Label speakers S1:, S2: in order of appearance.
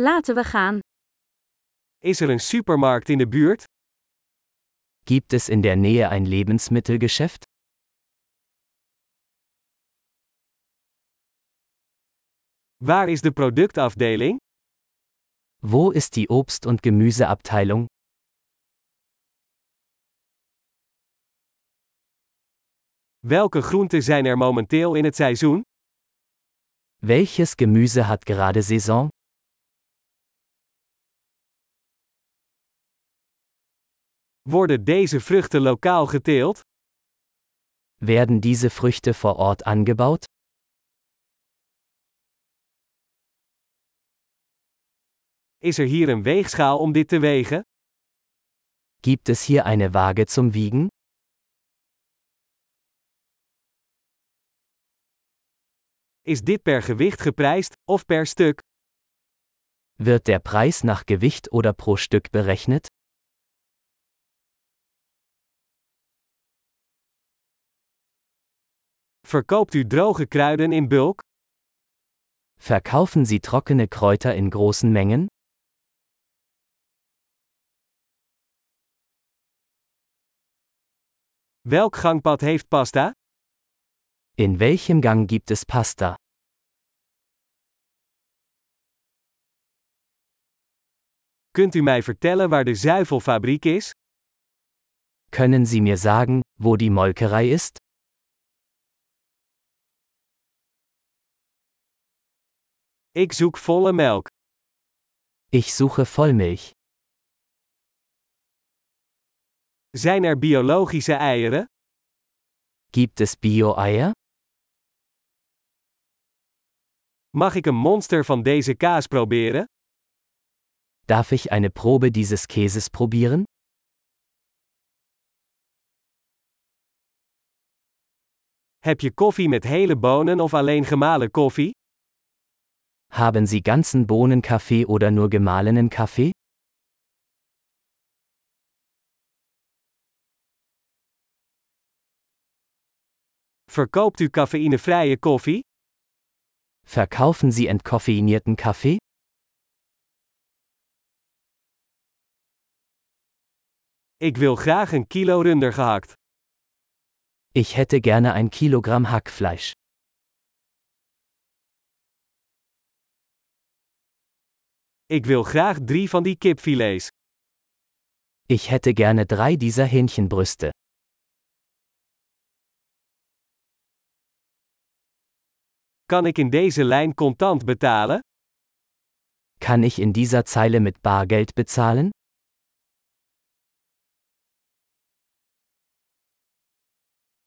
S1: Laten we gaan.
S2: Is er een supermarkt in de buurt?
S3: Gibt es in der Nähe ein Lebensmittelgeschäft?
S2: Waar is de productafdeling?
S3: Wo ist die Obst- und Gemüseabteilung?
S2: Welke groenten zijn er momenteel in het seizoen?
S3: Welches Gemüse hat gerade Saison?
S2: Worden deze vruchten lokaal geteeld?
S3: Werden diese Früchte vor Ort angebaut?
S2: Is er hier een weegschaal om dit te wegen?
S3: Gibt es hier eine Waage zum Wiegen?
S2: Is dit per gewicht geprijsd of per stuk?
S3: Wird der Preis nach Gewicht oder pro Stück berechnet?
S2: Verkoopt u droge kruiden in bulk?
S3: Verkaufen Sie trockene Kräuter in großen Mengen?
S2: Welk gangpad heeft pasta?
S3: In welchem Gang gibt es Pasta?
S2: Kunt u mij vertellen waar de zuivelfabriek is?
S3: Können Sie mir sagen, wo die Molkerei ist?
S2: Ik zoek volle melk.
S3: Ich suche Vollmilch.
S2: Zijn er biologische eieren?
S3: Gibt es Bio-Eier?
S2: Mag ik een monster van deze kaas proberen?
S3: Darf ich eine Probe dieses Käses probieren?
S2: Heb je koffie met hele bonen of alleen gemalen koffie?
S3: Haben Sie ganzen Bohnenkaffee oder nur gemahlenen Kaffee?
S2: Verkoopt u cafeïnevrije koffie?
S3: Verkaufen Sie entkoffeinierten Kaffee?
S2: Ik wil graag een kilo runder gehakt.
S3: Ich hätte gerne ein Kilogramm Hackfleisch.
S2: Ik wil graag drie van die kipfilets.
S3: Ich hätte gerne drei dieser Hähnchenbrüste.
S2: Kan ik in deze lijn contant betalen?
S3: Kann ich in dieser Zeile mit Bargeld bezahlen?